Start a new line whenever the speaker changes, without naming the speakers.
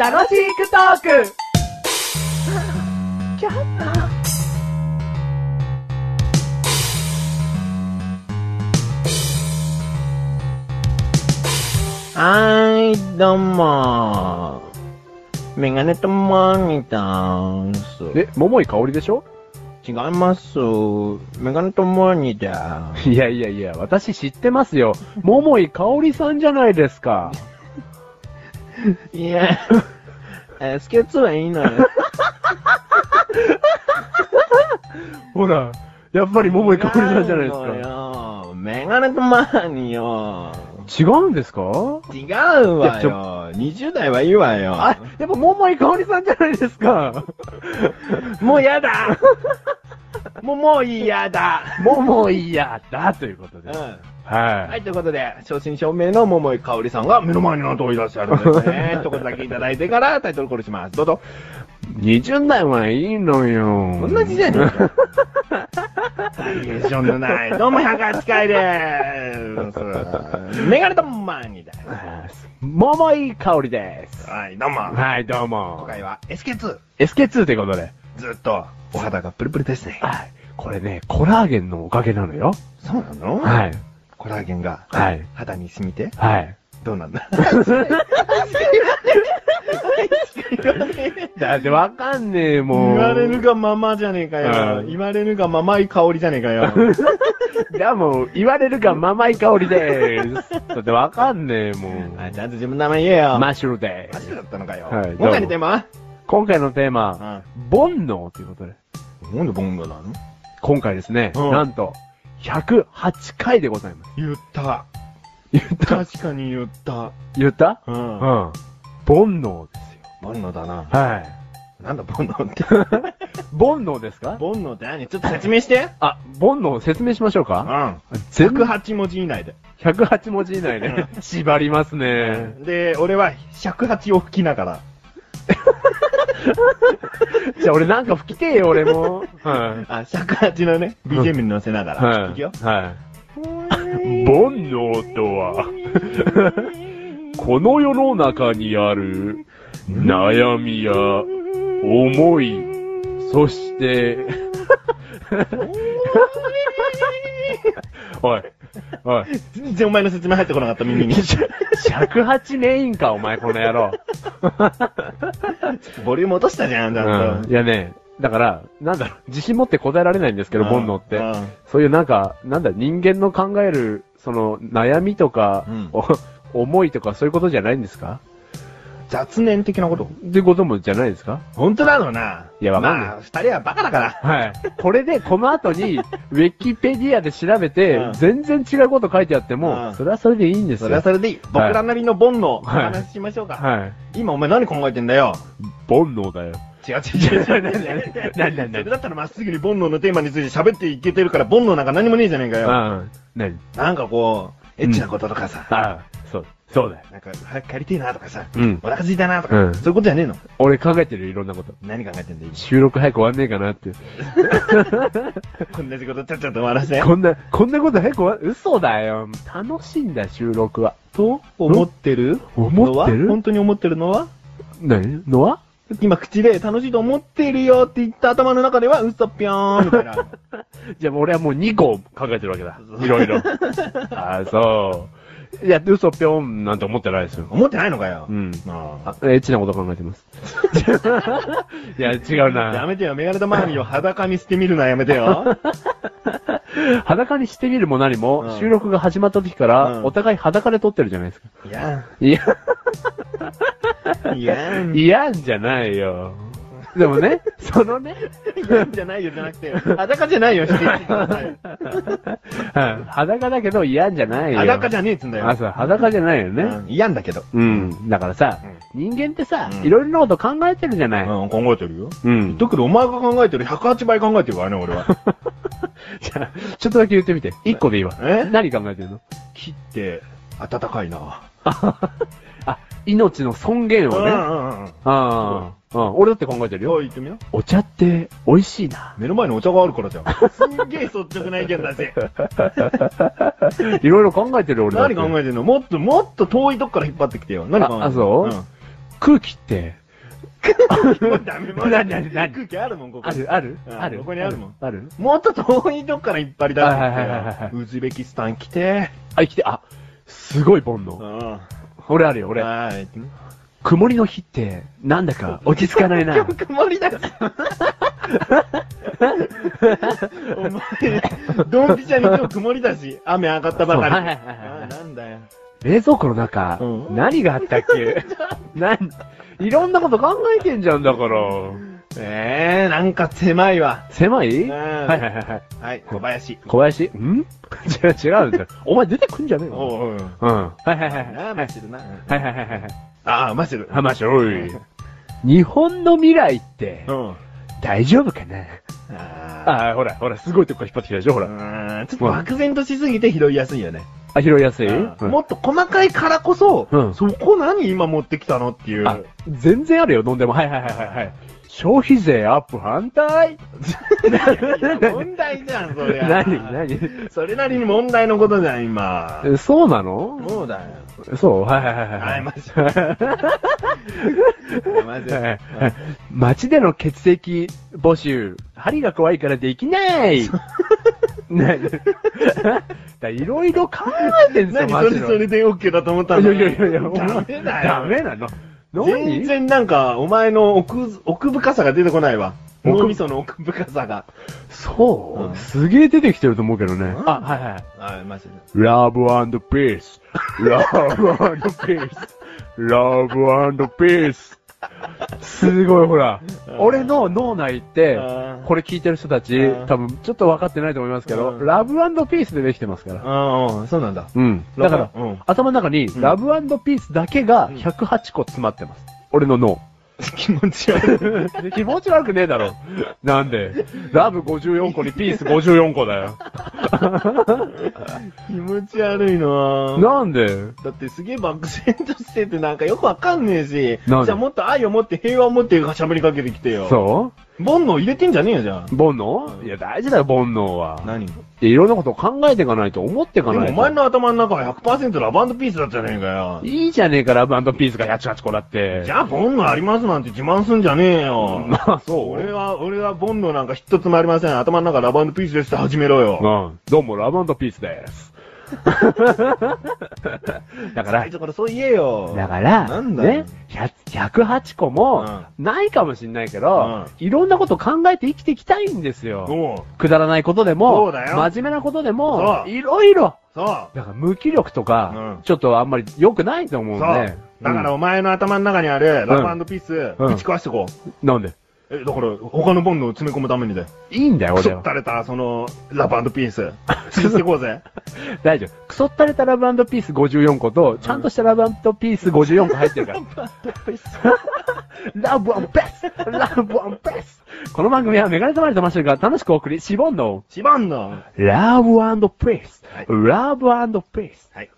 楽しくトーク
はーい、どうもー。メガネとマーニーです。
え、桃井香りでしょ
違います。メガネとマーニーだ。
いやいやいや、私知ってますよ。桃井香りさんじゃないですか。
いや、 えスケッツはいいの よ。
ほら、やっぱり桃井香りさんじゃない
違うの
で
よ。メガネとマーニーよ。
すか。違うんですか
違うわ
いやち
よ。20代はいいわよ。
あ、やっぱ桃井香りさんじゃないですか。
もうやだもう、もういいやだ
桃井やだということで。
うんは、
はい
ということで、正真正銘の桃井かおりさんが目の前になんといらっしゃるんです ね。一言だけいただいてからタイトルコールします。どうぞ。
い。20代はいいのよ。
同じじゃねえか。バリエーションのない、どうも108回でーす。メガネとマーニーだ。
桃井香りです。
はい、どうも。
はい、どう
今
も。
回は SK2。
SK2 ということで。
ずっとお肌がプルプルですね。
はい。これね、コラーゲンのおかげなのよ。
そうなの
はい。
コラーゲンが
はい。
肌に染みて、
はい。
どうなんだ
だってわかんねえ、もう。
言われるがままじゃねえかよ。
うん
言われるがままい香りじゃねえかよ。
じゃあもう、言われるがままい香り でーす。だってわかんねえ、も
あ
う。
ちゃんと自分の名前言えよ。
マッシュルで
マ
ー
ジ
す。
だったのかよ。
はい
今回のテーマ
今回のテー
うん。
マ、
な
煩悩ということで。
んでボンゴなの
今回ですね、
うん
なんと、108回でございます。
言った。
言った
確かに言った。
言った
う
うんん。煩悩ですよ。
ボンノだな。
はい。
なんだボンノ って。
煩悩ですか
ボンノって何ちょっと説明して。
あ、煩悩を説明しましょう
う
か
ん。
全部
108文字以内で。
108文字以内ね。 縛りますね。
で、俺は108を吹きながら。
じゃあ俺なんか吹きてえよ、俺も。はい。
あ、108のね、BGM に乗せながら。
はいい。
くよ。
はい。煩悩とは、この世の中にある悩みや思い、そして、おい、おい、
全然お前の説明入ってこなかった耳に。
尺八メインか、お前、この野郎。
ボリューム落としたじゃん、ちゃん
うんいやね、だから、なんだろう、自信持って答えられないんですけ
と。
ど、煩悩って。そういうなんか、なんだ、人間の考える、その、悩みとか、
うん
お思いとか、そういうことじゃないんですか
雑念的なこと
ってこともじゃないですか
本当なのない
やわかんない
まあ、二人はバカだから。
はい。これで、この 後に、ウィキペディアで調べて、
うん
全然違うこと書いてあっても、
うん
それはそれでいいんです
それは
よ。
それでいい。僕らなりの煩悩、お
はい
話ししましょうか。
はい。
今お前何考えてんだよ。
煩悩だよ。
違う違う違う違う違う。
なにな
そ
にな
れ
に
だったらまっすぐに煩悩のテーマについて喋っていけてるから煩悩なんか何もねえじゃねえか
う
よ。
ん。なに
なんかこう、エッチなこととかさ、
ああ、そう、そうだよ。
なんか早く帰りてえなとかさ、
うん
お腹空いたなと
う
か、
ん
そういうことじゃねえの。
俺考えてるよいろんなこと。
何考えてんだよ。
収録早く終わんねえかなって。
こんな仕事ちゃっちゃと終わらせて。
こんな、こんなこと早く終わ、嘘だよ。楽しいんだ、収録は。
と思ってる
思ってる
のは本当に思ってるのは
何のは
今口で楽しいと思ってるよって言った頭の中では嘘ぴょーんみたい な。
じゃあもう俺はもう2個考えてるわけだ。いろいろ。ああ、そう。いや、嘘ぴょんなんて思ってないですよ。
思ってないのかよ。
うん。
あ
あエッチなこと考え てます。いや、違う
あや
な。
めてよ、メガネとマーニーを裸にしてみるのはやめてよ。
裸にしてみるも何も、
うん
収録が始まった時か
う
ら、
ん
お互い裸で撮ってるじゃないですか。
いや、
いや、
いや、い
嫌んじゃないよ。でも ね、そのね、
やじゃないよじゃなくて、裸じゃないよ、してください
はい裸だけど嫌んじゃないよ。
裸じ
ゃ
ゃねえっつうんだよ。
あ、そう、裸じゃないよね。
うん嫌んだけど。
うん。だからさ、人間ってさ、
うん
いろいろなこと考えてるじゃない。
うん、考えてるよ。
うん。
だけどお前が考えてる108倍考えてるからね、俺は。
じゃあ ちょっとだけ言ってみて。一個でいいわ。
え
何考えてるの
切って、暖かいな。
あ、命の尊厳
う
を
ん
ね。
うんうん。
ああ、うん、俺だって考えてるよ。
よう言ってみな。
お茶って美味しい な。
目の前にお茶があるからじゃん。すんげえ率直な意見だぜ。
いろいろ考えてるよ俺だっ
何
て。
考えてんのもっともっと遠いとこから引っ張ってきてよ。何考えてんの
ああそう空気って、
うん。もうダメもう
何何何
空気あるもん、ここ
あ。るある
うん
ある
ここにあるもん。
ある
もっと遠いとこから引っ張り出
はいはいはいはい
してき
はい
てよ。ウズベキスタン来て。
あ、生きて、あ、すごい煩悩。
ん。
俺あるよ、俺。
はい。
曇りの日って、なんだか落ち着か ないな。
今日曇りだよ。お前、ドンピシャに今日曇りだし、雨上がったばかり。
そうはいはいはいはい
あなんだよ。
冷蔵庫の中、
うん
何があったっ け何いろんなこと考えてんじゃんだから。
ええー、なんか狭いわ。
狭
う
い
ん
はいはいはいはい。
はい、小林。
小林ん違う違うんだよ。お前出てくんじゃねえよ。
おうおう。
うん。はいはいはいはい。
なあ、マシルな。
はいはいはいはい。
ああ、マシル。
はましょい。日本の未来って
う、ん。
大丈夫かな
あ
ああ、ほら、ほら、すごいとこ引っ張ってきたでしょ、ほ
あ。
ら。
うんちょっと漠然としすぎて拾いやすいよね。
あ、拾いやすい
うん
うん
もっと細かいからこそ、
うん
そこ何今持ってきたのっていう。
あ、全然あるよ、飲んでも。はいはいはいはいはい。消費税アップ反対
問題じゃん、それ。
何
それなりに問題のことじゃん、今。
何そうなの
そうだよ。
そうはいはいはいは。
はいい、マジで。マジ
はいは
で。
いはい街での血液募集、針が怖いからできないね だいろいろ考えてんすよ、
何
マ
そ
ジ
れ
で。
それで OK だと思った
い
の
やいやいやいや、
ダメだよ。
ダメなの。
全
何
然なんか、お前の奥、奥深さが出てこないわ。
奥
脳みその奥深さが。
そう、
うん
すげえ出てきてると思うけどね。
ん
あ、はいはい。
はい、マジで。
Love and Peace. Love and Peace. Love and Peace. すごい、ほら。
うん
俺の脳内って
うん、
これ聞いてる人たち
う、ん
多分ちょっと分かってないと思いますけど、
うん
Love and Peace でできてますから。
ああ、そうなんだ。
うん。だから、
うん。
頭の中に、
ん
Love and Peace だけが
うん
108個詰まってます。俺の脳。
気持ち悪い。
気持ち悪くねえだろ。 なんで。ラブ54個にピース54個だよ。
気持ち悪いなぁ
なんで
だってすげえ漠然としててなんかよくわかんねえし、じ
な
ゃ
んで
あもっと愛を持って平和を持って喋りかけてきてよ。。
そう
煩悩入れてんじゃねえよ、じゃあ
う。煩悩いや、大事だよ、煩悩は。
何で
いろんなことを考えていかないと、思っていか
も
ない
お前
と。
の頭の中は100%ラバンドピースだったじゃねえかよ。
いいじゃねえか、ラブピースが88個だって。
じゃあ、煩悩ありますなんて自慢すんじゃねえよ。
まあ、そう。
俺は、俺は煩悩なんか一つもありません。頭の中ラバンドピースですって始めろよ。
うん。どうも、ラブピー スです。だか
辛
ら
い、ところそう言えよ。
だから、
なんだよ
ね、100 108個も、ないかもしんないけど、いろんなこと考えて生きていきたいんですよ。
おう
くだらないことで
そ
も、
うだよ
真面目なことでも、
そう
いろいろ。
そう。
だから、無気力とか
うん、
ちょっとあんまり良くないと思うん
そう。
で。
だからお前の頭の中にあるラブピース、
うん
ぶち壊してこう。
うん、なんで
え、だから、他のボンドを詰め込むためにだよ。
いいんだよ、
クソ
俺は
っ。たれた、その、ラブピー ス。潰してこうぜ。
大丈夫。クソったれたラブピース54個と、ちゃんとしたラブピース54個入ってるから。ラブアンペスラブアンペスこの番組はメガネたまりとマッシュルが楽しくお送り、シボンの、
しばんの。
ラブアンドペース
はい
ラブアンドペース
はい。